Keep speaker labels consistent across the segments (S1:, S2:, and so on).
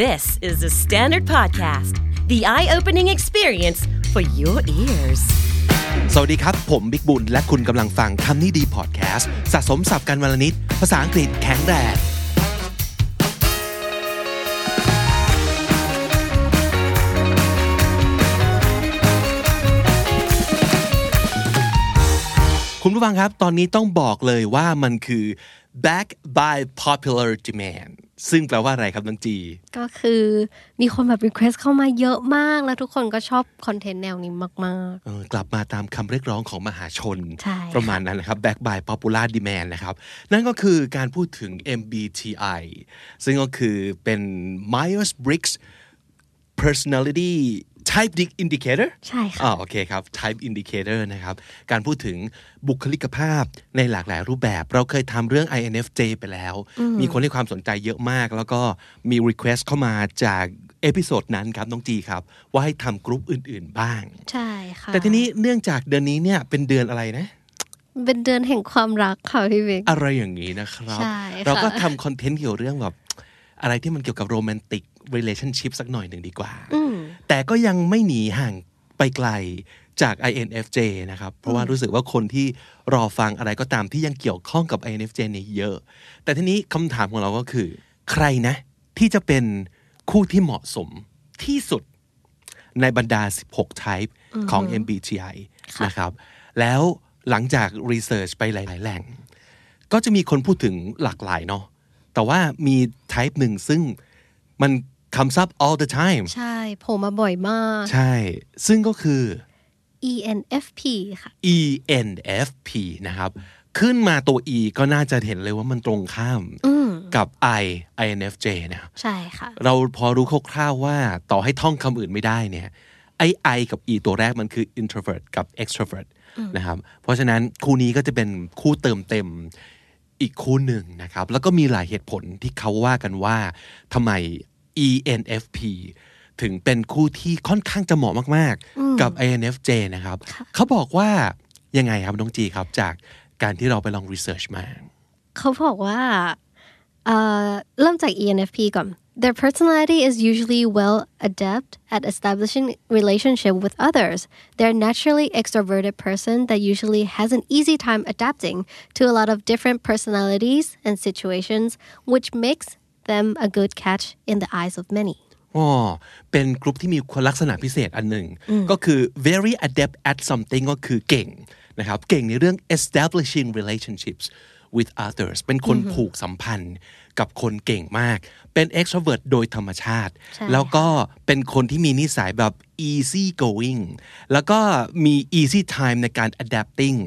S1: This is the Standard Podcast, the eye opening experience for your ears.
S2: สวัสดีครับ ผมบิ๊กบุญ และคุณกำลังฟังคำนี้ดีพอดแคสต์สะสมสับการวลนิด ภาษาอังกฤษแข็งแรงคุณผู้ฟังครับ ตอนนี้ต้องบอกเลยว่ามันคือ back by popular demand ซึ่งแปลว่าอะไรครับน้องจี
S3: ก็คือมีคนแบบรีเควสเข้ามาเยอะมาก แล้วทุกคนก็ชอบคอนเทนต์แนวนี้มาก
S2: เออกลับมาตามคำเรียกร้องของมหาชน
S3: ใช่ค่ะ
S2: ประมาณนั้นนะครับ back by popular demand นะครับ นั่นก็คือการพูดถึง MBTI ซึ่งก็คือเป็น Myers Briggs personality type indicator
S3: ๆ ใช่ค่ะ
S2: อ่าโอเคครับ type indicator นะครับ การพูดถึงบุคลิกภาพในหลากหลายรูปแบบ เราเคยทำเรื่อง INFJ ไปแล้ว มีคนให้ความสนใจเยอะมาก แล้วก็มี request เข้ามาจากเอพิโซดนั้นครับ น้องจีครับ ว่าให้ทำกรุ๊ปอื่น ๆ บ้าง
S3: ใช่ค่ะ
S2: แต่ทีนี้เนื่องจากเดือนนี้เนี่ยเป็นเดือนอะไรนะ
S3: เป็นเดือนแห่งความรักค่ะพี่เบก
S2: อะไรอย่างนี้นะครับ
S3: ใช่ค่ะ
S2: เราก็ทำคอนเทนต์เกี่ยวเรื่องแบบ อะไรที่มันเกี่ยวกับโรแมนติก relationship สักหน่อยหนึ่งดีกว่า
S3: อืม
S2: แต่ก็ยังไม่หนีห่างไปไกลจาก INFJ นะครับ เพราะว่ารู้สึกว่าคนที่รอฟังอะไรก็ตามที่ยังเกี่ยวข้องกับ INFJ เนี่ยเยอะ แต่ทีนี้คำถามของเราก็คือ ใครนะ ที่จะเป็นคู่ที่เหมาะสมที่สุดในบรรดา 16 type ของ MBTI
S3: ค่ะ
S2: นะครับ แล้วหลังจากรีเสิร์ชไปหลาย ๆ แหล่ง ก็จะมีคนพูดถึงหลากหลายเนาะ แต่ว่ามี type หนึ่งซึ่งมันคำซับ all the time
S3: ใช่โผมมาบ่อยมาก
S2: ใช่ ซึ่งก็คือ
S3: ENFP ค่ะ
S2: ENFP นะครับ ขึ้นมาตัว E ก็น่าจะเห็นเลยว่ามันตรงข้าม
S3: อืม
S2: กับ I INFJ นะ
S3: ใช่ค่ะ
S2: เราพอรู้คร่าวๆว่าต่อให้ท่องคำอื่นไม่ได้เนี่ยไอ I กับ E ตัวแรกมันคือ introvert กับ extrovert นะครับ เพราะฉะนั้นคู่นี้ก็จะเป็นคู่เติมเต็มอีกคู่หนึ่งนะครับ แล้วก็มีหลายเหตุผลที่เขาว่ากันว่าทำไม ENFP ถึงเป็นคู่ที่ค่อนข้างจะเหมาะมาก ๆ กับ INFJ นะครับ เขาบอกว่ายังไงครับน้องจีครับจากการที่เราไปลองรีเสิร์ชมา
S3: เขาบอกว่าเอ่อเริ่มจาก E ENFP ก่อน Their personality is usually well adept at establishing relationship with others. They're naturally extroverted person that usually has an easy time adapting to a lot of different personalities and situations, which makes them a good catch in the eyes of many.
S2: อ๋อเป็นกลุ่มที่มีคุณลักษณะพิเศษอันหนึ่ง ก็คือ very adept at something ก็คือเก่งนะครับ เก่งในเรื่อง establishing relationships with others เป็นคนผูกสัมพันธ์กับคนเก่งมาก เป็น extrovert โดยธรรมชาติ
S3: ใช่
S2: แล้วก็เป็นคนที่มีนิสัยแบบ easy going แล้วก็มี easy time ในการ adapting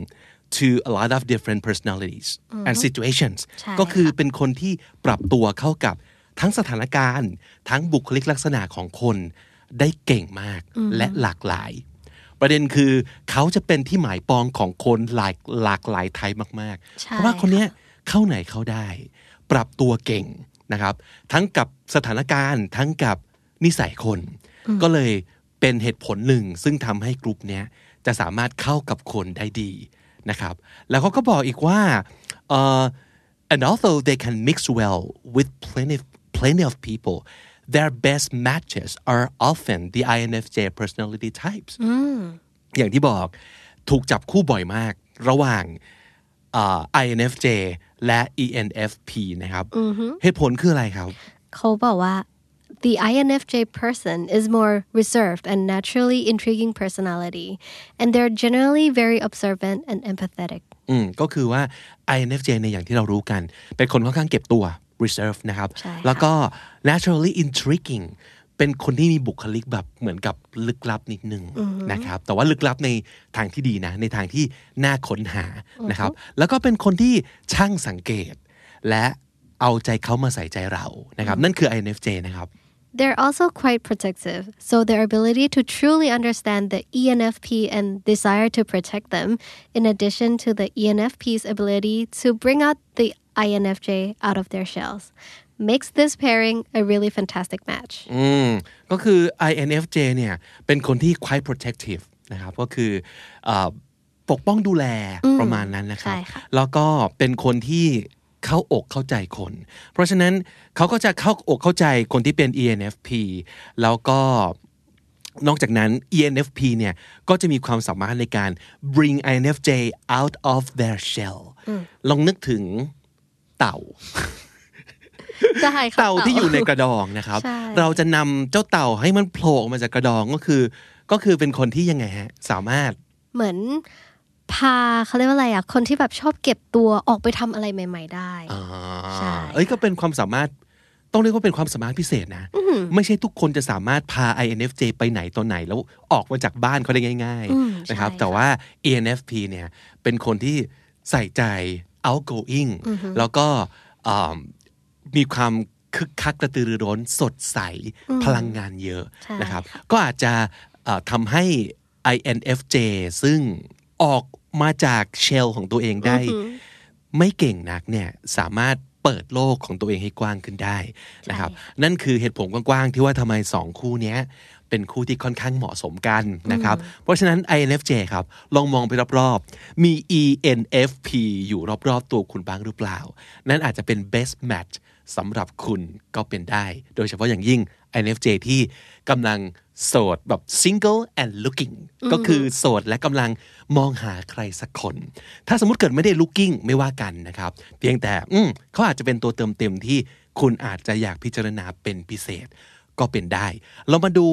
S2: to a lot of different personalities and situations
S3: ใช่
S2: ก็คือเป็นคนที่ปรับตัวเข้ากับทั้งสถานการณ์ ทั้งบุคลิกลักษณะของคนได้เก่งมากและหลากหลาย ประเด็นคือเขาจะเป็นที่หมายปองของคนหลากหลากหลายไทยมาก ๆ
S3: ใช่
S2: เพราะว่าคนเนี้ยเข้าไหนเข้าได้ ปรับตัวเก่งนะครับ ทั้งกับสถานการณ์ทั้งกับนิสัยคน ก็เลยเป็นเหตุผลหนึ่ง ซึ่งทำให้กลุ่มเนี้ยจะสามารถเข้ากับคนได้ดีนะครับ แล้วเขาก็บอกอีกว่าเอ่อ and although they can mix well with plenty plenty of people their best matches are often the INFJ personality types อย่างที่บอกถูกจับคู่บ่อยมาก ระหว่างอ่า INFJ และ ENFP นะครับ เหตุผลคืออะไรครับ
S3: เขาบอกว่า the INFJ person is more reserved and naturally intriguing personality, and they're generally very observant and empathetic.
S2: อืมก็คือว่า INFJ ในยอย่างที่เรารู้กัน เป็นคนค่อนข้างเก็บตัว reserve นะครับ
S3: ใช่ค่ะ
S2: แล้วก็ naturally intriguing เป็นคนที่มีบุคลิกแบบเหมือนกับลึกลับนิดนึงนะครับ แต่ว่าลึกลับในทางที่ดีนะ ในทางที่น่าค้นหานะครับ แล้วก็เป็นคนที่ช่างสังเกต และเอาใจเขามาใส่ใจเรานะครับ นั่นคือ INFJ นะครับ
S3: They're also quite protective, so their ability to truly understand the E ENFP and desire to protect them, in addition to the E ENFP's ability to bring out the INFJ out of their shells, makes this pairing a really fantastic match.
S2: อืมก็คือ INFJ เนี่ยเป็นคนที่ quite protective นะครับก็คือเอ่อปกป้องดูแลประมาณนั้นนะครับ
S3: ใช่ค่ะ
S2: แล้วก็เป็นคนที่ เข้าอกเข้าใจคน เพราะฉะนั้นเขาก็จะเข้าอกเข้าใจคนที่เป็น ENFP แล้วก็นอกจากนั้น ENFP เนี่ยก็จะมีความสามารถในการ bring INFJ out of their shell ลองนึกถึงเต่า
S3: ใช่ค่ะ
S2: เต่าที่อยู่ในกระดองนะครับ
S3: ใช่
S2: เราจะนำเจ้าเต่าให้มันโผล่ออกมาจากกระดองก็คือ ก็คือเป็นคนที่ยังไงฮะ สามารถ
S3: เหมือนพาเขาเรียกว่าอะไรอ่ะ คนที่แบบชอบเก็บตัวออกไปทำอะไรใหม่ ๆ ได้
S2: อ่า
S3: ใช่
S2: เอ้ยก็เป็นความสามารถต้องเรียกว่าเป็นความสามารถพิเศษนะ ไม่ใช่ทุกคนจะสามารถพา INFJ ไปไหนตัวไหนแล้วออกมาจากบ้านเขาได้ง่าย
S3: อืม
S2: ๆ นะครับ
S3: ใช่ค่ะ
S2: แต่ว่า ENFP เนี่ยเป็นคนที่ใส่ใจ outgoing แล้วก็อ่ามีความคึกคักกระตือรือร้นสดใสพลังงานเยอะ
S3: ใช่
S2: นะครับ ก็อาจจะเอ่อทำให้ INFJ ซึ่งออกมาจากเชลของตัวเองได้ ไม่เก่งนักเนี่ยสามารถเปิดโลกของตัวเองให้กว้างขึ้นได้นะครับ นั่นคือเหตุผลกว้างๆ ที่ว่าทำไมสองคู่เนี้ยเป็นคู่ที่ค่อนข้างเหมาะสมกันนะครับ เพราะฉะนั้น INFJ ครับ ลองมองไปรอบๆ มี ENFP อยู่รอบๆ ตัวคุณบ้างหรือเปล่า นั่นอาจจะเป็น best match สำหรับคุณก็เป็นได้ โดยเฉพาะอย่างยิ่ง INFJ ที่กำลังโสดแบบ single and looking ก็คือโสดและกำลังมองหาใครสักคน ถ้าสมมติเกิดไม่ได้ looking ไม่ว่ากันนะครับ เพียงแต่อืมเขาอาจจะเป็นตัวเติมเต็มที่คุณอาจจะอยากพิจารณาเป็นพิเศษ ก็เป็นได้ เรามาดู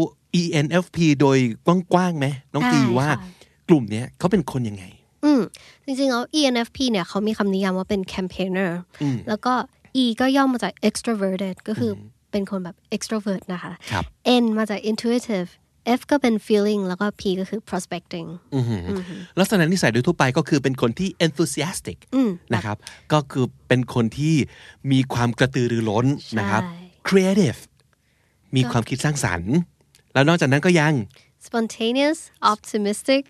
S2: ENFP โดยกว้างๆไหมน้องตี
S3: ได้
S2: ว่า
S3: ค่ะ
S2: กลุ่มเนี้ยเขาเป็นคนยังไง
S3: อืมจริงๆแล้ว ENFP เนี่ยเขามีคำนิยามว่าเป็น campaigner แล้วก็ E ก็ย่อมาจาก extroverted ก็คืออเป็นคนแบบ extrovert นะคะ
S2: ครับ
S3: N มาจาก intuitive F ก็เป็น feeling แล้วก็ P ก็คือ prospecting
S2: อือหือลักษณะนิสัยโดยทั่วไปก็คือเป็นคนที่ enthusiastic นะครับ ก็คือเป็นคนที่มีความกระตือรือร้นนะครับ
S3: ใช่
S2: creative มีความคิดสร้างสรรค์ แล้วนอกจากนั้นก็ยัง
S3: spontaneous optimistic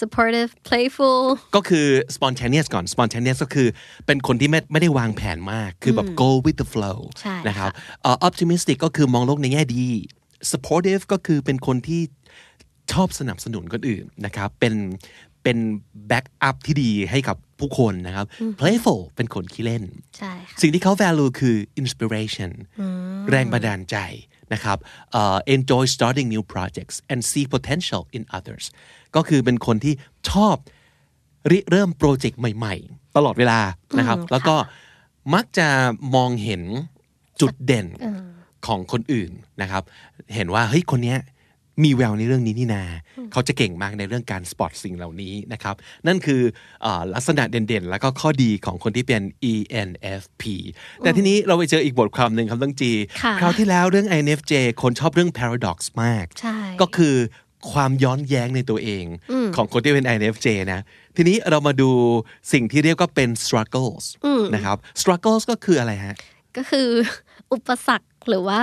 S3: supportive playful
S2: ก็คือ spontaneous ก่อน spontaneous ก็คือเป็นคนที่ไม่ไม่ได้วางแผนมาก คือแบบ go with the flow
S3: ใช่
S2: นะครับเอ่อ optimistic ก็คือมองโลกในแง่ดี supportive ก็คือเป็นคนที่ชอบสนับสนุนคนอื่นนะครับ เป็นเป็น back up ที่ดีให้กับผู้คนนะครับ playful เป็นคนขี้เล่น
S3: ใช่ค่ะ
S2: สิ่งที่เขา value คือ inspiration แรงบันดาลใจนะครับเอ่อ enjoy starting new projects and see potential in others ก็คือเป็นคนที่ชอบริเริ่มโปรเจกต์ใหม่ๆ ตลอดเวลานะครับ แล้วก็มักจะมองเห็นจุดเด่นของคนอื่นนะครับ เห็นว่าเฮ้ยคนเนี้ยมีแววในเรื่องนี้นี่นา เขาจะเก่งมากในเรื่องการสปอตสิ่งเหล่านี้นะครับ นั่นคือเออลักษณะเด่นๆ แล้วก็ข้อดีของคนที่เป็น ENFP แต่ทีนี้เราไปเจออีกบทความหนึ่งครับต้องจี
S3: ค่ะ
S2: คราวที่แล้วเรื่อง INFJ คนชอบเรื่อง paradox มาก
S3: ใช่
S2: ก็คือความย้อนแย้งในตัวเองของคนที่เป็น INFJ นะ ทีนี้เรามาดูสิ่งที่เรียกว่าเป็น struggles นะครับ struggles ก็คืออะไรฮะ
S3: ก็คือ อุปสรรคหรือว่า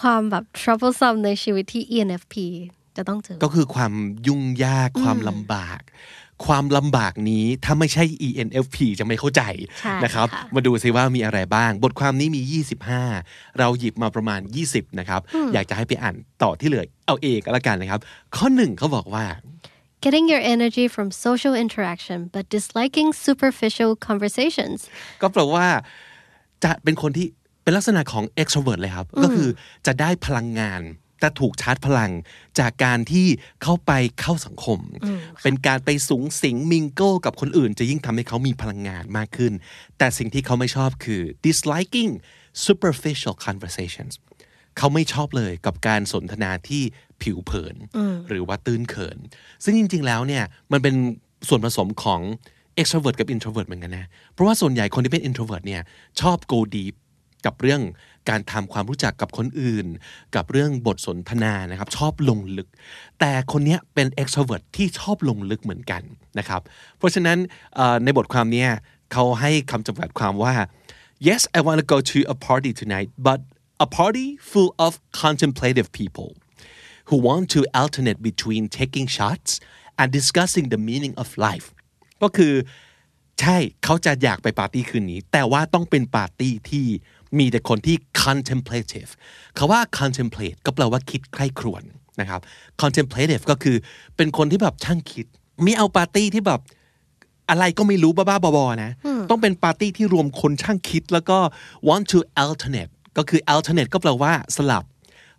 S3: ความแบบ troublesome ในชีวิตที่ ENFP จะต้องเจอ
S2: ก็คือความยุ่งยากความลำบาก ความลำบากนี้ถ้าไม่ใช่ ENFP จะไม่เข้าใจ
S3: ใช่
S2: นะครับ
S3: ค่ะ
S2: มาดูซิว่ามีอะไรบ้าง บทความนี้มี 25 เราหยิบมาประมาณ 20 นะครับ อยากจะให้ไปอ่านต่อที่เหลือเอาเองก็แล้วกันนะครับ ข้อหนึ่งเขาบอกว่า
S3: getting your energy from social interaction but disliking superficial conversations
S2: ก็แปลว่าจะเป็นคนที่เป็นลักษณะของ extrovert เลยครับ ก็คือจะได้พลังงานจะถูกชาร์จพลังจากการที่เข้าไปเข้าสังคม เป็นการไปสูงสิงมิงโก้กับคนอื่น จะยิ่งทำให้เขามีพลังงานมากขึ้น แต่สิ่งที่เขาไม่ชอบคือ disliking superficial conversations เขาไม่ชอบเลยกับการสนทนาที่ผิวเผิน หรือว่าตื้นเขิน ซึ่งจริง ๆ แล้วเนี่ยมันเป็นส่วนผสมของ extrovert กับ introvert เหมือนกันนะ เพราะว่าส่วนใหญ่คนที่เป็น introvert เนี่ยชอบ go deep กับเรื่องการทำความรู้จักกับคนอื่น กับเรื่องบทสนทนานะครับ ชอบลงลึก แต่คนเนี้ยเป็น extrovert ที่ชอบลงลึกเหมือนกันนะครับ เพราะฉะนั้นเอ่อในบทความเนี้ยเขาให้คำจำกัดความว่า yes I want to go to a party tonight but a party full of contemplative people who want to alternate between taking shots and discussing the meaning of life ก็คือใช่เขาจะอยากไปปาร์ตี้คืนนี้ แต่ว่าต้องเป็นปาร์ตี้ที่มีแต่คนที่ contemplative คาว่า contemplate ก็แปลว่าคิดใคร่ครวญนะครับ contemplative ก็คือเป็นคนที่แบบช่างคิด ไม่เอาปาร์ตี้ที่แบบ อะไรก็ไม่รู้บ้าๆบอๆนะ ต้องเป็นปาร์ตี้ที่รวมคนช่างคิดแล้วก็ want to alternate ก็คือ alternate ก็แปลว่าสลับ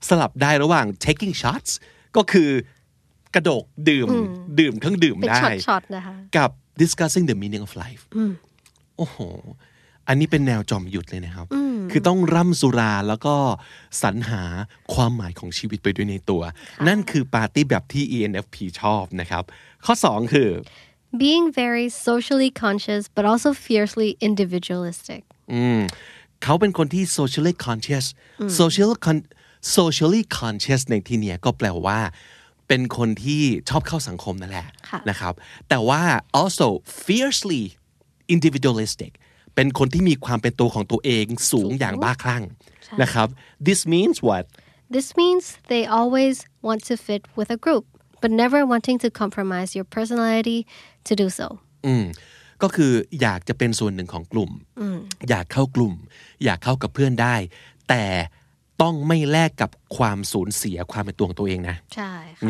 S2: สลับได้ระหว่าง taking shots ก็คือกระโดกดื่มดื่มเครื่องดื่ม
S3: เป็น
S2: ได้
S3: ช็อตช็อตนะคะ
S2: กับ discussing the meaning of life โอ้โห อันนี้เป็นแนวจอมหยุดเลยนะครับ คือต้องร่ำสุราแล้วก็สรรหาความหมายของชีวิตไปด้วยในตัว นั่นคือปาร์ตี้แบบที่ ENFP ชอบนะครับ ข้อ 2 คือ
S3: being very socially conscious but also fiercely individualistic
S2: อืมเขาเป็นคนที่ socially conscious social con- socially conscious ในที่เนี้ยก็แปลว่า เป็นคนที่ชอบเข้าสังคมนั่นแหละ
S3: ค่ะ
S2: นะครับ แต่ว่า also fiercely individualistic เป็นคนที่มีความเป็นตัวของตัวเองสูงอย่างบ้าคลั่งนะครับ this means what
S3: This means they always want to fit with a group, but never wanting to compromise your personality to do so.
S2: อืมก็คืออยากจะเป็นส่วนหนึ่งของกลุ่ม อยากเข้ากลุ่ม อยากเข้ากับเพื่อนได้ แต่ต้องไม่แลกกับความสูญเสียความเป็นตัวของตัวเองนะ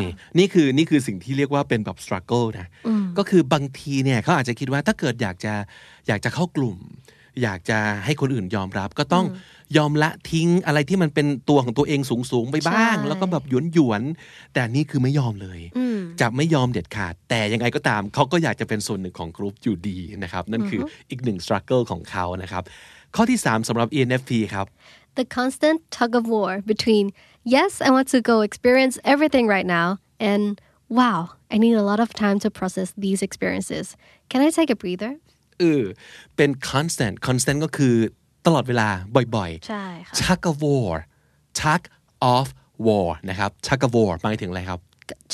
S2: นี่นี่คือนี่คือสิ่งที่เรียกว่าเป็นแบบ struggle นะ ก็คือบางทีเนี่ยเขาอาจจะคิดว่าถ้าเกิดอยากจะอยากจะเข้ากลุ่ม อยากจะให้คนอื่นยอมรับ ก็ต้องยอมละทิ้งอะไรที่มันเป็นตัวของตัวเองสูง ๆ ไปบ้าง
S3: ใช่
S2: แล้วก็แบบหยวนหยวนๆแต่นี่คือไม่ยอมเลย จะไม่ยอมเด็ดขาด แต่ยังไงก็ตามเขาก็อยากจะเป็นส่วนหนึ่งของกรุ๊ปอยู่ดีนะครับ นั่นคืออีกหนึ่ง struggle ของเขานะครับ ข้อที่ 3สำหรับ ENFP ครับ
S3: The constant tug of war between, yes, I want to go experience everything right now, and wow, I need a lot of time to process these experiences. Can I take a breather?
S2: เออเป็น constant constant ก็คือตลอดเวลาบ่อยๆ tug of war tug of war นะครับ tug of war หมายถึงอะไรครับ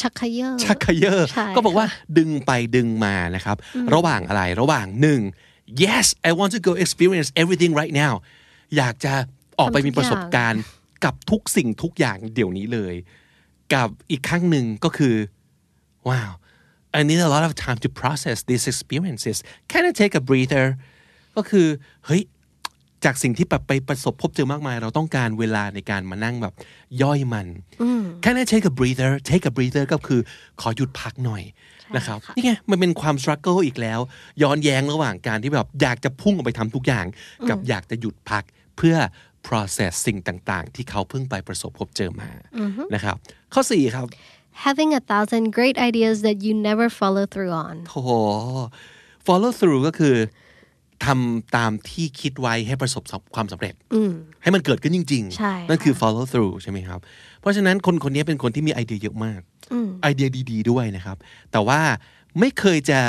S3: Chakayo.
S2: ชักเขยอ
S3: ใช่ค่ะ
S2: ก็บอกว่าดึงไปดึงมานะครับ ระหว่างอะไรระหว่างหนึ่ง yes I want to go experience everything right now อยากจะออกไปมีประสบการณ์กับทุกสิ่งทุกอย่างเดี๋ยวนี้เลย กับอีกข้างหนึ่งก็คือ wow I need a lot of time to process these experiences can I take a breather ก็คือเฮ้ย จากสิ่งที่แบบไปประสบพบเจอมากมาย เราต้องการเวลาในการมานั่งแบบ ย่อยมัน Can I take a breather take a breather ก็คือขอหยุดพักหน่อยนะครับนี่ไงมันเป็นความ struggle อีกแล้ว ย้อนแย้งระหว่างการที่แบบอยากจะพุ่งออกไปทำทุกอย่าง กับอยากจะหยุดพักเพื่อ process สิ่งต่างๆ ที่เขาเพิ่งไปประสบพบเจอมานะครับ ข้อ 4 ครับ
S3: Having a thousand great ideas that you never follow through on.
S2: โอ้โห follow through ก็คือทำตามที่คิดไว้ให้ประสบความสำเร็จ ให้มันเกิดขึ้นจริง
S3: ใช่
S2: ๆ นั่นคือ follow through ใช่ไหมครับ เพราะฉะนั้นคนคนนี้เป็นคนที่มีไอเดียเยอะมาก ไอเดียดี ๆ ด้วยนะครับ แต่ว่าไม่เคยจะ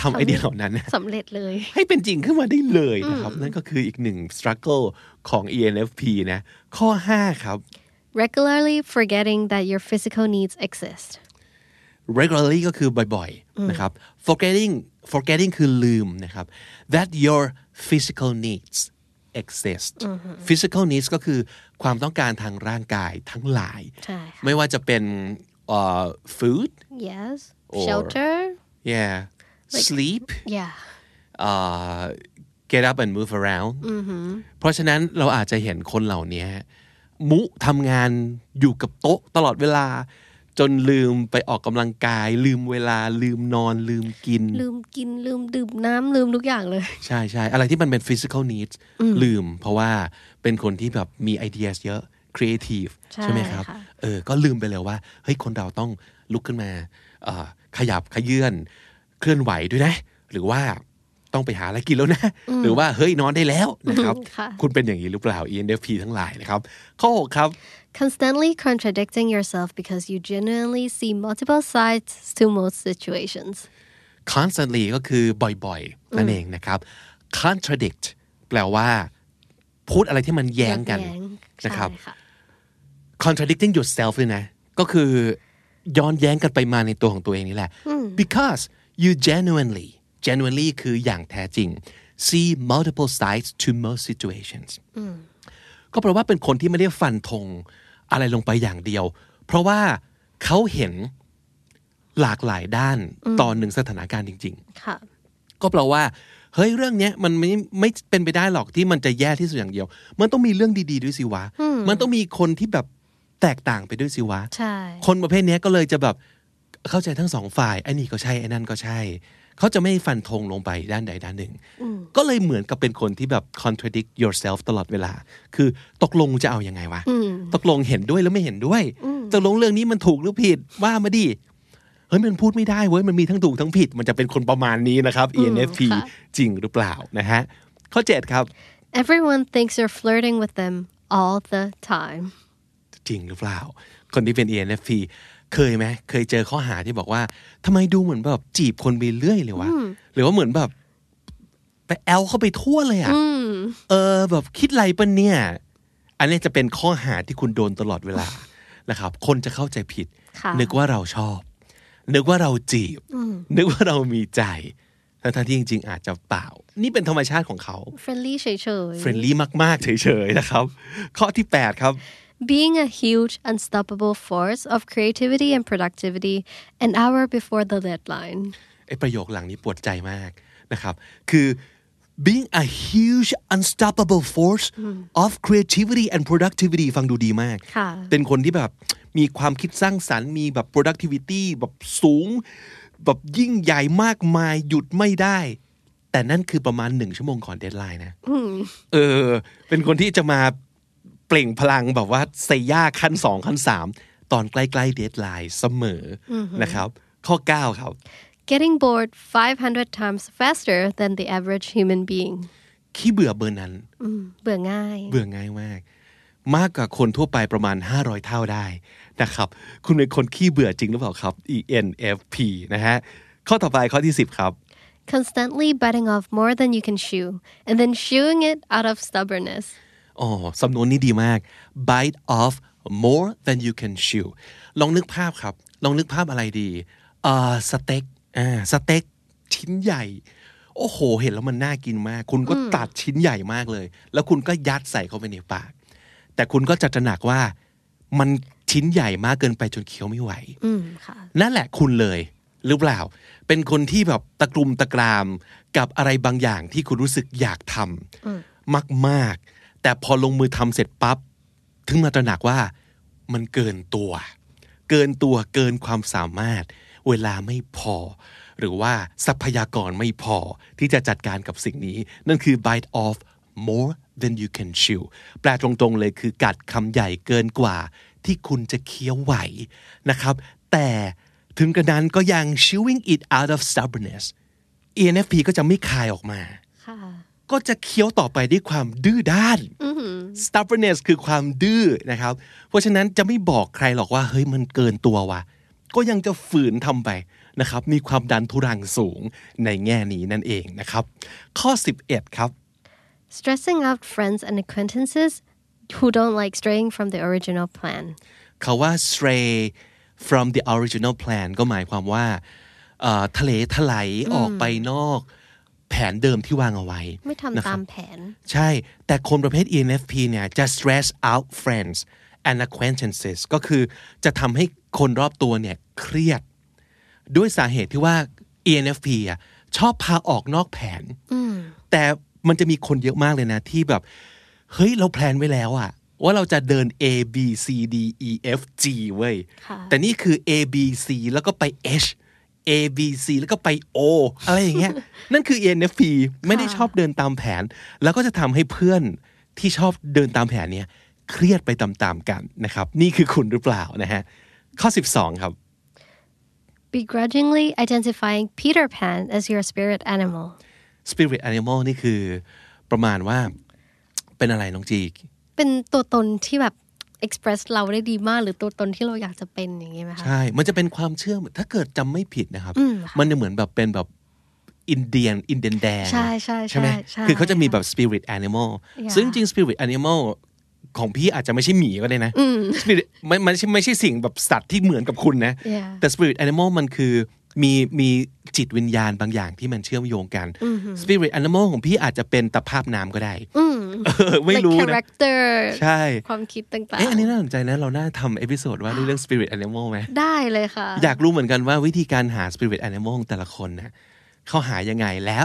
S2: ทำไอเดียเหล่านั้น
S3: สำเร็จเลย
S2: ให้เป็นจริงขึ้นมาได้เลยนะครับ นั่นก็คืออีกหนึ่ง struggle ของ ENFP นะ ข้อ 5 ครับ
S3: regularly forgetting that your physical needs exist.
S2: regularly ก็คือบ่อยๆนะครับ forgetting forgetting คือลืมนะครับ that your physical needs exist physical needs ก็คือความต้องการทางร่างกายทั้งหลาย
S3: ใช่ค่ะ
S2: ไม่ว่าจะเป็นเอ่อ food
S3: Yes.
S2: Or-
S3: Shelter.
S2: yeah sleep
S3: Yeah.
S2: เอ่อ get up and move around เพราะฉะนั้นเราอาจจะเห็นคนเหล่านี้มุทำงานอยู่กับโต๊ะตลอดเวลา จนลืมไปออกกำลังกาย ลืมเวลาลืมนอนลืมกิน
S3: ลืมกินลืมดื่มน้ำลืมทุกอย่างเลย
S2: ใช่ใช่อะไรที่มันเป็น physical needs ลืม เพราะว่าเป็นคนที่แบบมี ideas เยอะ creative
S3: ใช่
S2: ไหมครับ
S3: ค่ะ
S2: เออก็ลืมไปเลยว่าเฮ้ยคนเราต้องลุกขึ้นมาเอ่อขยับขยื่นเคลื่อนไหวด้วยนะ หรือว่าต้องไปหาอะไรกินแล้วนะ หรือว่าเฮ้ยนอนได้แล้วนะครับ คุณเป็นอย่างนี้หรือเปล่า ENFP ทั้งหลายนะครับ ข้อ 6 ครับ
S3: Constantly contradicting yourself because you genuinely see multiple sides to most situations.
S2: constantly ก็คือบ่อยๆ นั่นเองนะครับ contradict แปลว่า พูดอะไรที่มันแย้งกัน
S3: แย้ง
S2: นะครับ
S3: ใช่ค่ะ
S2: contradicting yourself เลยนะ ก็คือย้อนแย้งกันไปมาในตัวของตัวเองนี่แหละ because you genuinely genuinely คืออย่างแท้จริง see multiple sides to most situations ก็แปลว่าเป็นคนที่ไม่ได้ฟันธงอะไรลงไปอย่างเดียว เพราะว่าเขาเห็นหลากหลายด้านตอนหนึ่งสถานการณ์จริง ๆ
S3: ค่ะ
S2: ก็แปลว่า เฮ้ย เรื่องเนี้ยมันไม่ไม่เป็นไปได้หรอกที่มันจะแย่ที่สุดอย่างเดียว มันต้องมีเรื่องดีๆด้วยสิวะ มันต้องมีคนที่แบบแตกต่างไปด้วยสิวะ
S3: ใช่
S2: คนประเภทเนี้ยก็เลยจะแบบเข้าใจทั้งสองฝ่ายไอ้นี่ก็ใช่ไอ้นั่นก็ใช่ เขาจะไม่ฟันธงลงไปด้านใดด้านหนึ่ง ก็เลยเหมือนกับเป็นคนที่แบบ contradict yourself ตลอดเวลา คือตกลงจะเอายังไงวะ ตกลงเห็นด้วยแล้วไม่เห็นด้วย ตกลงเรื่องนี้มันถูกหรือผิดว่ามาดิ เฮ้ยมันพูดไม่ได้เว้ย มันมีทั้งถูกทั้งผิด มันจะเป็นคนประมาณนี้นะครับ ENFP
S3: ค่ะ
S2: จริงหรือเปล่านะฮะ ข้อ 7 ครับ
S3: Everyone thinks you're flirting with them all the time.
S2: จริงหรือเปล่า คนที่เป็น ENFP เคยไหมเคยเจอข้อหาที่บอกว่าทำไมดูเหมือนแบบจีบคนไปเรื่อยเลยวะ หรือว่าเหมือนแบบไปแอลเข้าไปทั่วเลยอะเออ แบบคิดไรปะเนี่ย อันนี้จะเป็นข้อหาที่คุณโดนตลอดเวลา นะครับ คนจะเข้าใจผิด
S3: ค่ะ
S2: นึกว่าเราชอบ นึกว่าเราจีบ นึกว่าเรามีใจทั้งๆที่จริง ๆ อาจจะเปล่า นี่เป็นธรรมชาติของเขา
S3: Friendly
S2: เฟรน
S3: เฉยๆ
S2: ลี่มาก ๆ เฉยๆนะครับ ข้อที่ 8 ครับ
S3: Being a huge unstoppable force of creativity and productivity an hour before the deadline.
S2: ไอ้ประโยคหลังนี้ปวดใจมากนะครับ คือ being a huge unstoppable force of creativity and productivity ฟังดูดีมาก
S3: ค่ะ
S2: เป็นคนที่แบบมีความคิดสร้างสรรค์ มีแบบ productivity แบบสูง แบบยิ่งใหญ่มากมายหยุดไม่ได้ แต่นั่นคือประมาณหนึ่งชั่วโมงก่อนเดทไลน์นะ เออ เป็นคนที่จะมาเปล่งพลังแบบว่าเซย่าขั้นสองขั้นสามตอนใกล้ๆเดทไลน์เสมอนะครับ ข้อ 9 ครับ
S3: Getting bored 500 times faster than the average human being. Mm,
S2: ขี้เบื่อเบอร์นั้น
S3: เบื่อง่าย
S2: เบื่อง่ายมาก มากกว่าคนทั่วไปประมาณ 500 เท่าได้นะครับ คุณเป็นคนขี้เบื่อจริงหรือเปล่าครับ ENFP นะฮะ ข้อต่อไปข้อที่ 10 ครับ
S3: Constantly biting off more than you can chew and then chewing it out of stubbornness.
S2: อ๋อ สำนวนนี้ดีมาก bite off more than you can chew ลองนึกภาพครับ ลองนึกภาพอะไรดีเอ่อสเต็กอ่าสเต็กชิ้นใหญ่ โอ้โห เห็นแล้วมันน่ากินมาก คุณก็ตัดชิ้นใหญ่มากเลย แล้วคุณก็ยัดใส่เข้าไปในปาก แต่คุณก็จะตระหนักว่า มันชิ้นใหญ่มากเกินไปจนเคี้ยวไม่ไหว
S3: อืมค่ะ
S2: นั่นแหละคุณเลยหรือเปล่า เป็นคนที่แบบตะกลุมตะกราม กับอะไรบางอย่างที่คุณรู้สึกอยากทำมาก ๆ แต่พอลงมือทำเสร็จปั๊บ ถึงมาตระหนักว่ามันเกินตัว เกินตัวเกินความสามารถ เวลาไม่พอ หรือว่าทรัพยากรไม่พอที่จะจัดการกับสิ่งนี้ นั่นคือ bite off more than you can chew แปลตรงๆเลยคือกัดคำใหญ่เกินกว่าที่คุณจะเคี้ยวไหวนะครับ แต่ถึงกระนั้นก็ยัง chewing it out of stubbornness ENFP ก็จะไม่คายออกมา ก็จะเคี้ยวต่อไปด้วยความดื้อด้าน stubbornness คือความดื้อนะครับ เพราะฉะนั้นจะไม่บอกใครหรอกว่า เฮ้ยมันเกินตัวว่ะ ก็ยังจะฝืนทำไปนะครับ มีความดันทุรังสูงในแง่นี้นั่นเองนะครับ ข้อ 11 ครับ
S3: Stressing out friends and acquaintances who don't like straying from the original plan.
S2: คาว่า stray from the original plan ก็หมายความว่าเอ่อทะเลทลายออกไปนอก แผนเดิมที่วางเอาไว้
S3: ไม่ทำตามแผน
S2: ใช่ แต่คนประเภท ENFP เนี่ยจะ stress out friends and acquaintances ก็คือจะทำให้คนรอบตัวเนี่ยเครียด ด้วยสาเหตุที่ว่า ENFP อ่ะชอบพาออกนอกแผน แต่มันจะมีคนเยอะมากเลยนะ ที่แบบ เฮ้ย เราแพลนไว้แล้วอะว่าเราจะเดิน A B C D E F G เว้ย
S3: ค่ะ
S2: แต่นี่คือ A B C แล้วก็ไป H A B C แล้วก็ไป O อะไรอย่างเงี้ย นั่นคือ ENFP ไม่ได้ชอบเดินตามแผน แล้วก็จะทำให้เพื่อนที่ชอบเดินตามแผนเนี่ยเครียดไปตามๆกันนะครับ นี่คือคุณหรือเปล่านะฮะ ข้อ 12 ครับ
S3: Begrudgingly identifying Peter Pan as your spirit animal.
S2: spirit animal นี่คือประมาณว่าเป็นอะไรน้องจี
S3: เป็นตัวตนที่แบบ express เราได้ดีมากหรือตัวตนที่เราอยากจะเป็นอย่างนี้ไหมคะ
S2: ใช่ มันจะเป็นความเชื่อ ถ้าเกิดจำไม่ผิดนะครับ
S3: อืมค่ะ
S2: มันจะเหมือนแบบเป็นแบบอินเดียน อินเดียนแดง
S3: ใช่ใช่
S2: ใช่ไหม
S3: ใช่
S2: คือเขาจะมีแบบ spirit animal
S3: อย่า
S2: ซึ่งจริง spirit animal ของพี่อาจจะไม่ใช่หมีก็ได้นะ spirit มันมันไม่ใช่ไม่ใช่สิ่งแบบสัตว์ที่เหมือนกับคุณนะ
S3: Yeah
S2: แต่ spirit animal มันคือมีมีจิตวิญญาณบางอย่างที่มันเชื่อมโยงกัน spirit animal ของพี่อาจจะเป็นตะภาพน้ำก็ได้เออไม่
S3: Like
S2: รู้นะ
S3: character
S2: ใช่
S3: ความคิดต่างๆ
S2: เอ๊ะอันนี้น่าสนใจนะ เราน่าทำเอพิโซดว่าเรื่อง spirit animal ไหม
S3: ได้เลยค่ะ
S2: อยากรู้เหมือนกันว่าวิธีการหา spirit animal ของแต่ละคนนะเขาหายังไงแล้ว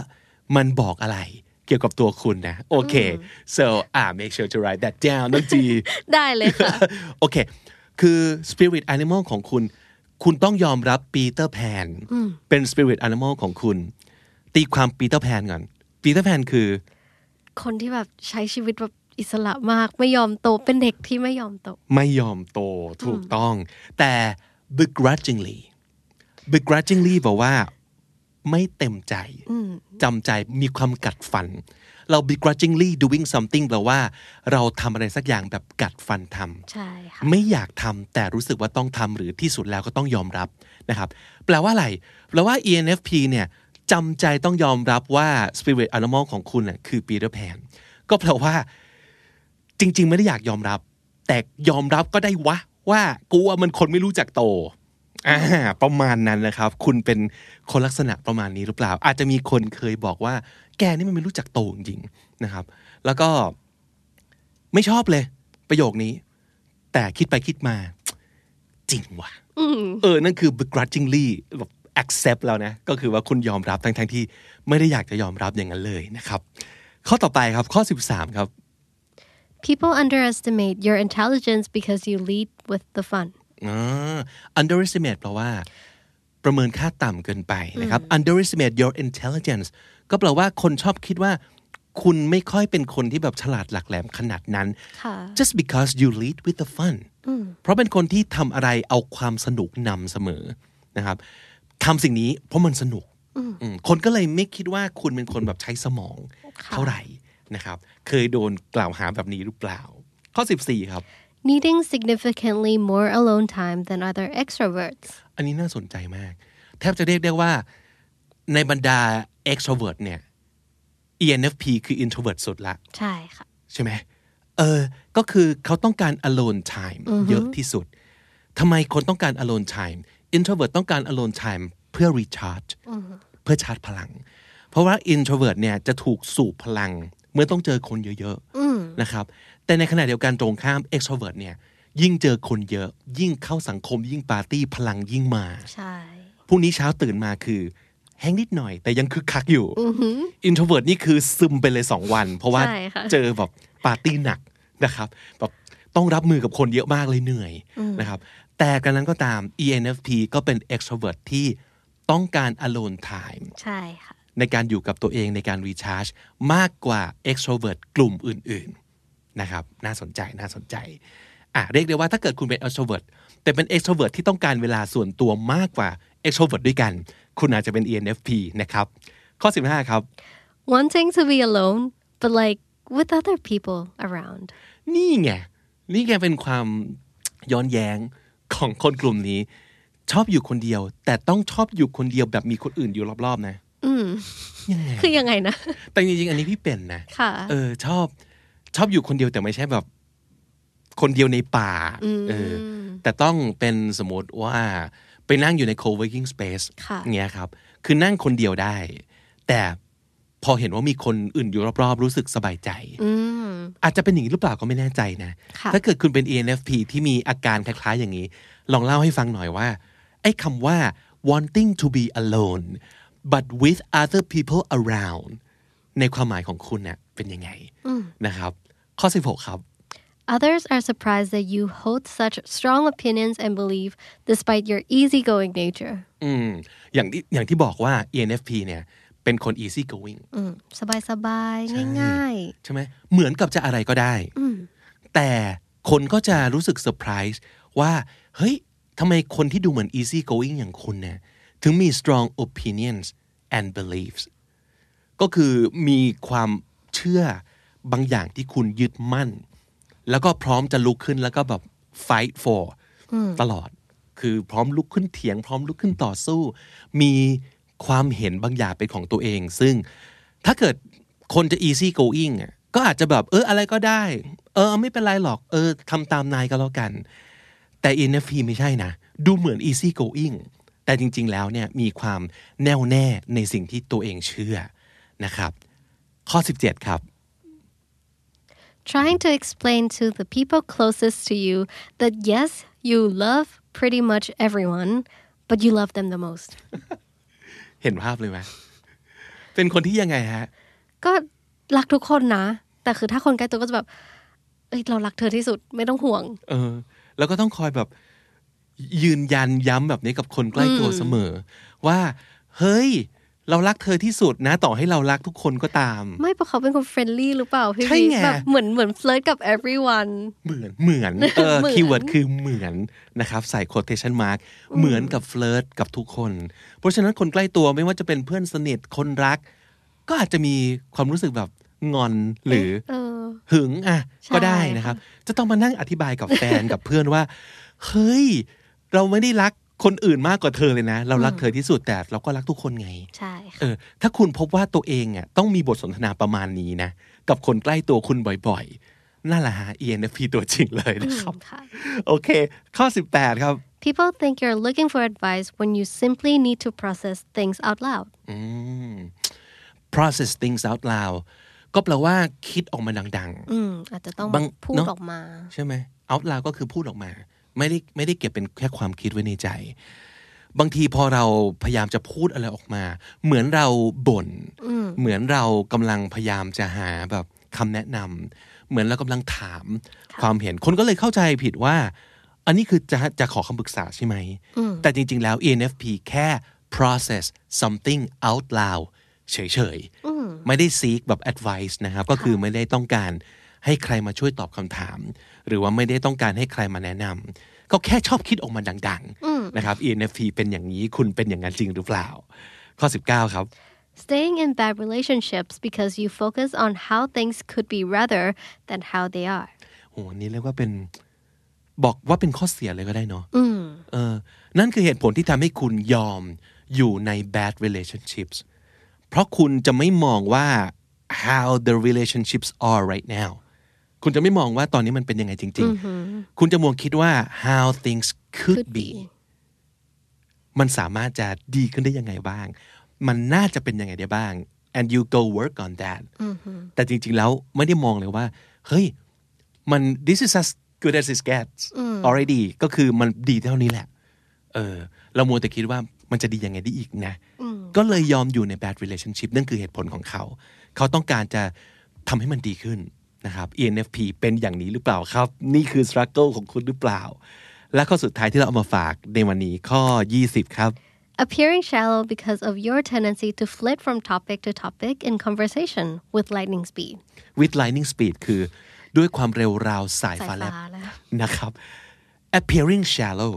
S2: มันบอกอะไรเกี่ยวกับตัวคุณนะ โอเค so ah make sure to write that down น้องจี
S3: ได้เลยค่ะ
S2: โอเค คือ spirit animal ของคุณ คุณต้องยอมรับปีเตอร์แพนเป็น spirit animal ของคุณ ตีความปีเตอร์แพนก่อนปีเตอร์แพนคือ
S3: คนที่แบบใช้ชีวิตแบบอิสระมาก ไม่ยอมโตเป็นเด็กที่ไม่ยอมโต
S2: ไม่ยอมโตถูกต้อง แต่ begrudgingly begrudgingly บอกว่าไม่เต็มใจจำใจมีความกัดฟัน เรา begrudgingly doing something แปลว่า เราทำอะไรสักอย่างแบบกัดฟันทำ
S3: ใช่ค่ะ
S2: ไม่อยากทำแต่รู้สึกว่าต้องทำหรือที่สุดแล้วก็ต้องยอมรับนะครับ แปลว่าอะไร แปลว่า ENFP เนี่ยจำใจต้องยอมรับว่า spirit animal ของคุณน่ะคือ Peter Pan ก็แปลว่า จริง ๆ ไม่ได้อยากยอมรับ แต่ยอมรับก็ได้วะ ว่ากูว่ามันคนไม่รู้จักโตอ่าประมาณนั้นนะครับ คุณเป็นคนลักษณะประมาณนี้หรือเปล่า อาจจะมีคนเคยบอกว่า แกนี่มันไม่รู้จักโตจริงๆนะครับ แล้วก็ไม่ชอบเลย ประโยคนี้ แต่คิดไปคิดมา จริงว่ะเออ นั่นคือ begrudgingly แบบ accept แล้วนะ ก็คือว่าคุณยอมรับทั้งๆทที่ไม่ได้อยากจะยอมรับอย่างนั้นเลยนะครับ ข้อต่อไปครับข้อ 13 ครับ
S3: People underestimate your intelligence because you lead with the fun
S2: อ่า underestimate แปลว่า ประเมินค่าต่ำเกินไปนะครับ underestimate your intelligence ก็แปลว่าคนชอบคิดว่า คุณไม่ค่อยเป็นคนที่แบบฉลาดหลักแหลมขนาดนั้น
S3: ค่ะ
S2: just because you lead with the fun เพราะเป็นคนที่ทำอะไรเอาความสนุกนำเสมอนะครับทำสิ่งนี้เพราะมันสนุกอืมคนก็เลยไม่คิดว่าคุณเป็นคนแบบใช้สมองเท่าไหร่นะครับ เคยโดนกล่าวหาแบบนี้หรือเปล่า ข้อ 14 ครับ
S3: needing significantly more alone time than other extroverts
S2: อันนี้น่าสนใจมาก แทบจะเรียกได้ว่าในบรรดา extrovert เนี่ย ENFP คือ introvert สุดละ
S3: ใช่ค่ะ
S2: ใช่ไหมเออ ก็คือเขาต้องการ alone time เยอะที่สุด ทำไมคนต้องการ alone time introvert ต้องการ alone time เพื่อ recharge เพื่อชาร์จพลัง เพราะว่า introvert เนี่ยจะถูกสูบพลัง เมื่อต้องเจอคนเยอะๆนะครับ แต่ในขณะเดียวกันตรงข้าม extrovert เนี่ยยิ่งเจอคนเยอะ ยิ่งเข้าสังคม ยิ่งปาร์ตี้พลังยิ่งมา
S3: ใช่
S2: พรุ่งนี้เช้าตื่นมาคือแห้งนิดหน่อย แต่ยังคึกคักอยู่อินโทรเวิร์ดนี่คือซึมไปเลยสองวัน เพราะว่า
S3: ใช่ค่ะ
S2: เจอแบบปาร์ตี้หนักนะครับแบบต้องรับมือกับคนเยอะมากเลยเหนื่อยนะครับ แต่กันนั้นก็ตาม ENFP ก็เป็น extrovert ที่ต้องการ alone time
S3: ใช่ค่ะ
S2: ในการอยู่กับตัวเองในการ recharge มากกว่า extrovert กลุ่มอื่นๆนะครับน่าสนใจน่าสนใจอ่ะเรียกได้ว่าถ้าเกิดคุณเป็น extrovert แต่เป็น extrovert ที่ต้องการเวลาส่วนตัวมากกว่า extrovert ด้วยกัน คุณอาจจะเป็น ENFP นะครับ ข้อ 15 ครับ
S3: wanting to be alone but like with other people around
S2: นี่ไง นี่ไงเป็นความย้อนแย้งของคนกลุ่มนี้ ชอบอยู่คนเดียว แต่ต้องชอบอยู่คนเดียวแบบมีคนอื่นอยู่รอบๆนะยังไง
S3: คือยังไงนะ
S2: แต่จริงๆ อันนี้พี่เป็นนะ
S3: Mm. ค่ะ
S2: เออชอบชอบอยู่คนเดียวแต่ไม่ใช่แบบ คนเดียวในป่าเออแต่ต้องเป็นสมมติว่าไปนั่งอยู่ใน co-working space
S3: ค่ะ
S2: เงี้ยครับ คือนั่งคนเดียวได้ แต่พอเห็นว่ามีคนอื่นอยู่รอบๆ รู้สึกสบายใจ
S3: อืม
S2: อาจจะเป็นอย่างนี้หรือเปล่าก็ไม่แน่ใจนะ
S3: ค่ะ
S2: ถ้าเกิดคุณเป็น ENFP ที่มีอาการคล้ายๆอย่างนี้ ลองเล่าให้ฟังหน่อยว่า ไอ้คำว่า wanting to be alone but with other people around ในความหมายของคุณเนี่ยเป็นยังไงนะครับ ข้อ 16 ครับ
S3: Others are surprised that you hold such strong opinions and belief despite your easygoing nature.
S2: อืมอย่างที่อย่างที่บอกว่า ENFP เนี่ยเป็นคน easy going
S3: สบายสบายๆง่าย
S2: ใช่ไหมเหมือนกับจะอะไรก็ได้ แต่คนก็จะรู้สึกเซอร์ไพรส์ว่า เฮ้ยทำไมคนที่ดูเหมือน easy going อย่างคุณเนี่ยถึงมี strong opinions and beliefs ก็คือมีความเชื่อบางอย่างที่คุณยึดมั่น แล้วก็พร้อมจะลุกขึ้นแล้วก็แบบ fight for ตลอด คือพร้อมลุกขึ้นเถียง พร้อมลุกขึ้นต่อสู้ มีความเห็นบางอย่างเป็นของตัวเอง ซึ่งถ้าเกิดคนจะ easy going อ่ะก็อาจจะแบบ เอออะไรก็ได้ เออ ไม่เป็นไรหรอก เออทำตามนายก็แล้วกัน แต่ ENFP ไม่ใช่นะ ดูเหมือน easy going แต่จริง ๆ แล้วเนี่ยมีความแน่วแน่ในสิ่งที่ตัวเองเชื่อนะครับ ข้อ 17 ครับ
S3: ๆ Trying to explain to the people closest to you that yes, you love pretty much everyone, but you love them the most.
S2: เห็นภาพเลยไหมเป็นคนที่ยังไงฮะ
S3: ก็รักทุกคนนะ แต่คือถ้าคนใกล้ตัวก็จะแบบ เอ้ยเรารักเธอที่สุดไม่ต้องห่วง
S2: เออแล้วก็ต้องคอยแบบยืนยันย้ำแบบนี้กับคนใกล้ตัวเสมอ ว่า เฮ้ย เรารักเธอที่สุดนะต่อให้เรารักทุกคนก็ตาม
S3: ไม่เพราะเขาเป็นคนเฟรนลี่หรือเปล่าพี่
S2: ใช่
S3: วี
S2: ไง
S3: แบบเหมือนเหมือนเฟลิร์ตกับ everyone
S2: เหมือนเหมือนเออ
S3: เหมือน
S2: คีย์เวิร์ดคือเหมือนนะครับใส่ quotation mark เหมือนกับเฟลิร์ตกับทุกคน เพราะฉะนั้นคนใกล้ตัวไม่ว่าจะเป็นเพื่อนสนิทคนรัก ก็อาจจะมีความรู้สึกแบบงอนหรือ
S3: เออ
S2: หึงอ่ะ
S3: ใช่
S2: ก็ได้นะครับ จะต้องมานั่งอธิบายกับแฟน กับเพื่อนว่า เฮ้ย เราไม่ได้รักคนอื่นมากกว่าเธอเลยนะ เรารักเธอที่สุดแต่เราก็รักทุกคนไง
S3: ใช่ค่ะ
S2: เออ ถ้าคุณพบว่าตัวเองอ่ะต้องมีบทสนทนาประมาณนี้นะ กับคนใกล้ตัวคุณบ่อยๆ นั่นแหละฮะ ENFP ตัวจริงเลยนะครับ
S3: ค่ะ
S2: โอเค ข้อ 18 ครับ
S3: People think you're looking for advice when you simply need to process things out loud.
S2: อืม process things out loud ก็แปลว่าคิดออกมาดัง
S3: อืมอาจจะต้อง
S2: บาง
S3: พูด
S2: เนอะ
S3: ออกมา
S2: ใช่ไหม out loud ก็คือพูดออกมา ไม่ได้ไม่ได้เก็บเป็นแค่ความคิดไว้ในใจ บางทีพอเราพยายามจะพูดอะไรออกมา เหมือนเราบ่น เหมือนเรากำลังพยายามจะหาแบบคำแนะนำเหมือนเรากำลังถามความเห็นคนก็เลยเข้าใจผิดว่า อันนี้คือจะจะขอคำปรึกษาใช่ไหม แต่จริง ๆ แล้ว ENFP แค่ process something out loud เฉยๆ ไม่ได้ seek แบบ advice นะครับ ก็คือไม่ได้ต้องการให้ใครมาช่วยตอบคำถาม หรือว่าไม่ได้ต้องการให้ใครมาแนะนำก็แค่ชอบคิดออกมาดังๆ นะครับ ENFP เป็นอย่างนี้คุณเป็นอย่างนั้นจริงหรือเปล่า ข้อ 19 ครับ
S3: Staying in bad relationships because you focus on how things could be rather than how they are.
S2: โหอันนี้เรียกว่าเป็นบอกว่าเป็นข้อเสียเลยก็ได้เนาะเออ นั่นคือเหตุผลที่ทำให้คุณยอมอยู่ใน bad relationships เพราะคุณจะไม่มองว่า how the relationships are right now คุณจะไม่มองว่าตอนนี้มันเป็นยังไงจริง ๆ คุณจะมวงคิดว่า how things could be มันสามารถจะดีขึ้นได้ยังไงบ้าง มันน่าจะเป็นยังไงได้บ้าง and you go work on that แต่จริง ๆ แล้วไม่ได้มองเลยว่า เฮ้ย มัน this is as good as it gets already ก็คือมันดีเท่านี้แหละ เออ เรามัวแต่คิดว่ามันจะดียังไงได้อีกนะ ก็เลยยอมอยู่ใน bad relationship นั่นคือเหตุผลของเขา เขาต้องการจะทำให้มันดีขึ้นนะครับ ENFP เป็นอย่างนี้หรือเปล่าครับ นี่คือ struggle ของคุณหรือเปล่า และข้อสุดท้ายที่เราเอามาฝากในวันนี้ข้อ 20 ครับ
S3: Appearing shallow because of your tendency to flit from topic to topic in conversation with lightning speed.
S2: with lightning speed คือด้วยความเร็วราวสายฟ้าแลบ
S3: สายฟ้าแลบ
S2: นะครับ appearing shallow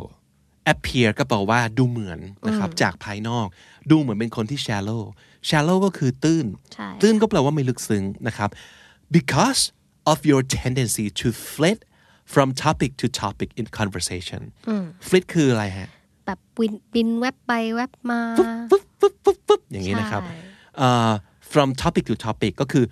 S2: appear ก็แปลว่าดูเหมือนนะครับ จากภายนอกดูเหมือนเป็นคนที่ shallow shallow ก็คือตื้น
S3: ใช่
S2: ตื้นก็แปลว่าไม่ลึกซึ้งนะครับ because of your tendency to flit from topic to topic in conversation flit คืออะไรฮะ
S3: แบบบินบินแวบไปแวบมา
S2: ปุ๊บปุ๊บปุ๊บปุ๊บอย่างนี้นะครับ
S3: ใช่
S2: เอ่อ from topic to topic ก็คือ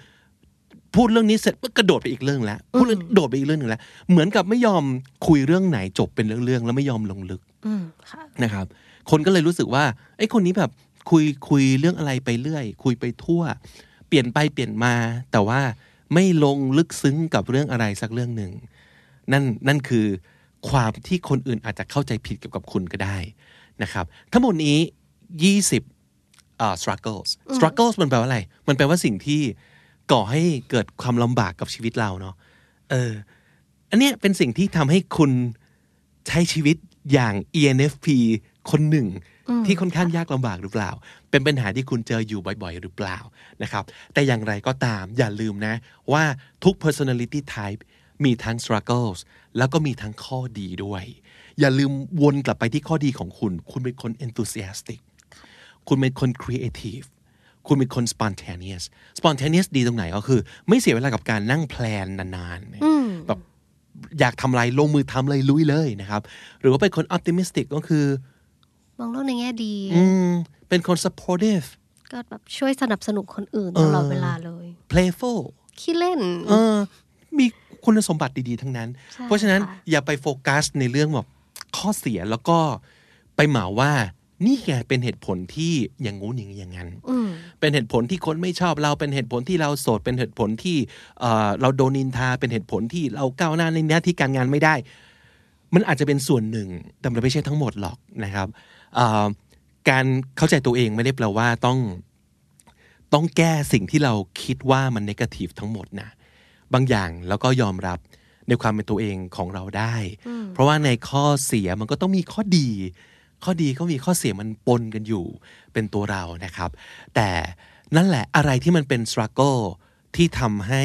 S2: พูดเรื่องนี้เสร็จปุ๊บกระโดดไปอีกเรื่องแล้วพูดเรื่องโดดไปอีกเรื่องหนึ่งแล้ว เหมือนกับไม่ยอมคุยเรื่องไหนจบเป็นเรื่องๆแล้วไม่ยอมลงลึก
S3: อืมค่ะ
S2: นะครับ คนก็เลยรู้สึกว่าไอ้ยคนนี้แบบคุยคุยเรื่องอะไรไปเรื่อย คุยไปทั่ว เปลี่ยนไปเปลี่ยนมา แต่ว่าไม่ลงลึกซึ้งกับเรื่องอะไรสักเรื่องหนึ่ง นั่นนั่นคือความที่คนอื่นอาจจะเข้าใจผิดเกี่ยวกับคุณก็ได้นะครับ ทั้งหมดนี้ 20อ่า struggles struggles มันแปลว่าอะไร มันแปลว่าสิ่งที่ก่อให้เกิดความลำบากกับชีวิตเราเนาะเออ อันเนี้ยเป็นสิ่งที่ทำให้คุณใช้ชีวิตอย่าง ENFP คนหนึ่ง ที่ค่อนข้างยากลำบากหรือเปล่า เป็นปัญหาที่คุณเจออยู่บ่อยๆ หรือเปล่านะครับ แต่อย่างไรก็ตามอย่าลืมนะ ว่าทุก personality type มีทั้ง struggles แล้วก็มีทั้งข้อดีด้วย อย่าลืมวนกลับไปที่ข้อดีของคุณ คุณเป็นคน enthusiastic คุณเป็นคน creative คุณเป็นคน spontaneous spontaneous ดีตรงไหนก็คือ ไม่เสียเวลากับการนั่งแพลนนานๆแบบ อยากทำอะไรลงมือทำเลยลุยเลยนะครับ หรือว่าเป็นคนอ p t ติมิสติกก็คือ
S3: มองโลกในแง่ดี
S2: อืม เป็นคน supportive
S3: ก็แบบช่วยสนับสนุนคนอื่นตลอดเวลาเลย
S2: playful
S3: ขี้เล่น
S2: เออมีคุณสมบัติดี ๆ ทั้งนั้น
S3: ใช่
S2: เพราะฉะนั้น
S3: ค่ะ
S2: อย่าไปโฟกัสในเรื่องแบบข้อเสียแล้วก็ไปเหมาว่า นี่ไงเป็นเหตุผลที่อย่างงู้นอย่างนี้อย่างนั้น
S3: Mm.
S2: เป็นเหตุผลที่คนไม่ชอบเราเป็นเหตุผลที่เราโสด เป็นเหตุผลที่เอ่อเราโดนนินทาเป็นเหตุผลที่เราก้าวหน้าในหน้าที่การงานไม่ได้ มันอาจจะเป็นส่วนหนึ่ง แต่มันไม่ใช่ทั้งหมดหรอกนะครับเอ่อการเข้าใจตัวเองไม่ได้แปลว่าต้อง ต้องแก้สิ่งที่เราคิดว่ามันนกาทีฟทั้งหมดนะ บางอย่างแล้วก็ยอมรับในความเป็นตัวเองของเราได้ เพราะว่าในข้อเสียมันก็ต้องมีข้อดี ข้อดีก็มีข้อเสียมันปนกันอยู่เป็นตัวเรานะครับ แต่นั่นแหละอะไรที่มันเป็น struggle ที่ทำให้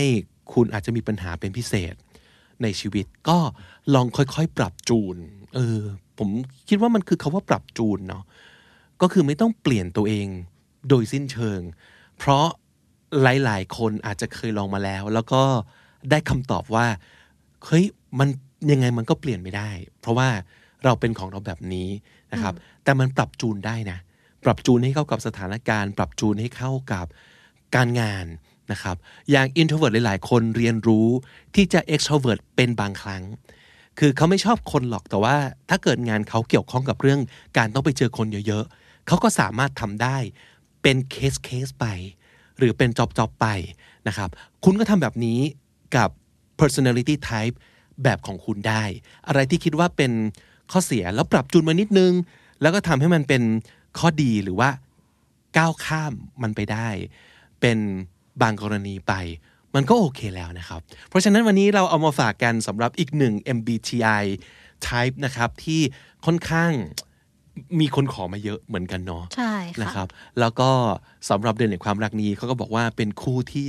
S2: คุณอาจจะมีปัญหาเป็นพิเศษ ในชีวิตก็ลองค่อยๆ ปรับจูน เออ ผมคิดว่ามันคือคาว่าปรับจูนเนาะ ก็คือไม่ต้องเปลี่ยนตัวเองโดยสิ้นเชิง เพราะหลายๆ คนอาจจะเคยลองมาแล้ว แล้วก็ได้คำตอบว่า เฮ้ย มันยังไงมันก็เปลี่ยนไม่ได้ เพราะว่าเราเป็นของเราแบบนี้นะครับ แต่มันปรับจูนได้นะ ปรับจูนให้เข้ากับสถานการณ์ ปรับจูนให้เข้ากับการงานนะครับ อย่าง introvert หลายๆ คนเรียนรู้ที่จะ extrovert เป็นบางครั้ง คือเขาไม่ชอบคนหรอกแต่ว่าถ้าเกิดงานเขาเกี่ยวข้องกับเรื่องการต้องไปเจอคนเยอะๆ เขาก็สามารถทำได้เป็นเคสเคสไป หรือเป็นจ็อบจ็อบไปนะครับ คุณก็ทำแบบนี้กับ personality type แบบของคุณได้ อะไรที่คิดว่าเป็นข้อเสียแล้วปรับจูนมานิดนึง แล้วก็ทำให้มันเป็นข้อดีหรือว่า ก้าวข้ามมันไปได้ เป็นบางกรณีไป มันก็โอเคแล้วนะครับ เพราะฉะนั้นวันนี้เราเอามาฝากกันสำหรับอีกหนึ่ง MBTI type นะครับ ที่ค่อนข้างมีคนขอมาเยอะเหมือนกันเนาะ
S3: ใช่
S2: นะ
S3: ค่ะ
S2: ครับแล้วก็สำหรับเดือนแห่งความรักนี้เขาก็บอกว่าเป็นคู่ที่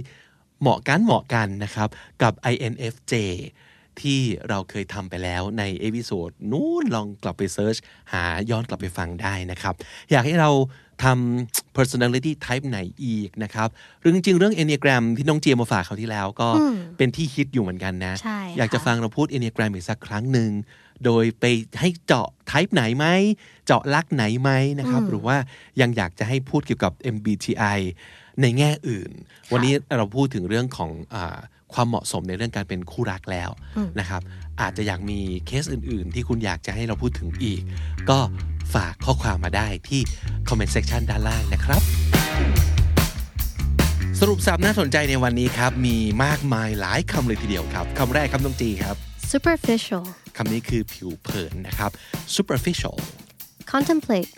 S2: เหมาะกันเหมาะกันนะครับ กับ INFJ ที่เราเคยทำไปแล้วในเอพิโซดนู้นลองกลับไปเซิร์ชหาย้อนกลับไปฟังได้นะครับ อยากให้เราทำ personality type ไหนอีกนะครับหรือจริงๆ เรื่อง Enneagram ที่น้องเจียมาฝากเขาวที่แล้วก็เป็นที่ฮิตอยู่เหมือนกันนะ
S3: ใช่ค่ะ
S2: อยากจะฟังเราพูด Enneagram อีกสักครั้งหนึ่ง โดยไปให้เจาะ type ไหนไหม เจาะลักไหนไหมนะครับ หรือว่ายังอยากจะให้พูดเกี่ยวกับ MBTI ในแง่อื่น วันนี้เราพูดถึงเรื่องของอาความเหมาะสมในเรื่องการเป็นคู่รักแล้วนะครับ อาจจะอยากมีเคสอื่น ๆ ที่คุณอยากจะให้เราพูดถึงอีก ก็ฝากข้อความมาได้ที่ comment section ด้านล่างนะครับ สรุปสับน่าสนใจในวันนี้ครับ มีมากมายหลายคำเลยทีเดียวครับคำแรกคำต้องจีครับ
S3: superficial
S2: คำนี้คือผิวเผินนะครับ superficial
S3: contemplate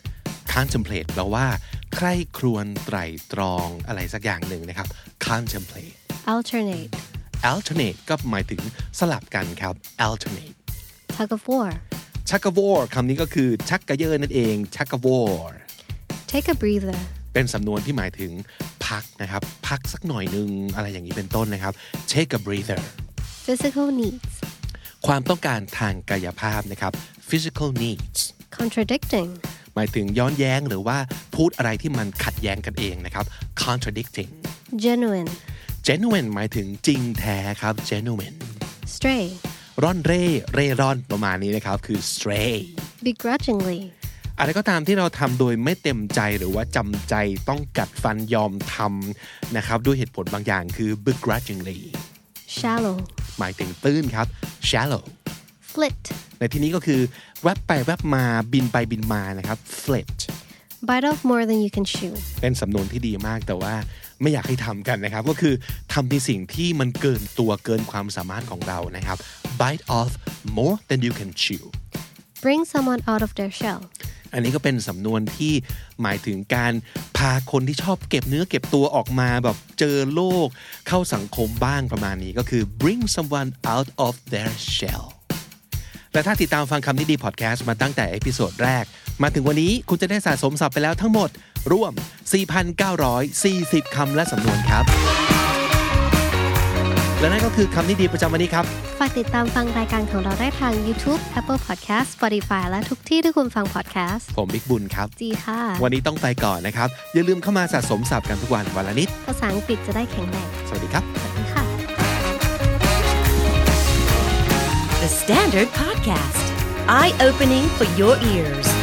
S2: contemplate แปลว่า ใคร่ครวญไตร่ตรองอะไรสักอย่างหนึ่งนะครับ contemplate
S3: alternate
S2: alternate ก็หมายถึงสลับกันครับ alternate
S3: tug of war
S2: chuck a war คำนี้ก็คือชักกระเยอนั่นเอง chuck a war
S3: take a breather
S2: เป็นสำนวนที่หมายถึงพักนะครับ พักสักหน่อยหนึง อะไรอย่างนี้เป็นต้นนะครับ take a breather
S3: physical needs
S2: ความต้องการทางกายภาพนะครับ physical needs
S3: contradicting
S2: หมายถึงย้อนแย้งหรือว่าพูดอะไรที่มันขัดแย้งกันเองนะครับ contradicting
S3: genuine
S2: genuine หมายถึงจริงแท้ครับ genuine
S3: stray
S2: ร่อนเร่เร่ร่อนประมาณนี้นะครับ คือ stray
S3: begrudgingly
S2: อะไรก็ตามที่เราทำโดยไม่เต็มใจหรือว่าจำใจต้องกัดฟันยอมทำนะครับ ด้วยเหตุผลบางอย่างคือ begrudgingly
S3: shallow
S2: หมายถึงตื้นครับ shallow
S3: flit
S2: ในที่นี้ก็คือแวบไปแวบมาบินไปบินมานะครับ flit
S3: bite off more than you can chew
S2: เป็นสำนวนที่ดีมากแต่ว่าไม่อยากให้ทำกันนะครับ ก็คือทำในสิ่งที่มันเกินตัวเกินความสามารถของเรานะครับ bite off more than you can chew
S3: bring someone out of their shell
S2: อันนี้ก็เป็นสำนวนที่หมายถึงการพาคนที่ชอบเก็บเนื้อเก็บตัวออกมาแบบเจอโลก เข้าสังคมบ้างประมาณนี้ก็คือ bring someone out of their shell และถ้าติดตามฟังคำนี้ดีพอดแคสต์มาตั้งแต่เอพิโซดแรก มาถึงวันนี้คุณจะได้สะสมศัพท์ไปแล้วทั้งหมด รวม 4,940 คำและสำนวนครับ และนั่นก็คือคำนี้ดีประจำวันนี้ครับ
S3: ฝากติดตามฟังรายการของเราได้ทาง YouTube Apple Podcast Spotify และทุกที่ที่คุณฟัง podcast
S2: ผมบิ๊กบุญครับ
S3: จีค่ะ
S2: วันนี้ต้องไปก่อนนะครับ อย่าลืมเข้ามาสะสมศัพท์กันทุกวันวันละนิด
S3: ภาษาอังกฤษจะได้แข็งแรง
S2: สวัสดีครับ
S3: สวัสดีค่ะ
S1: The Standard Podcast, eye opening for your ears.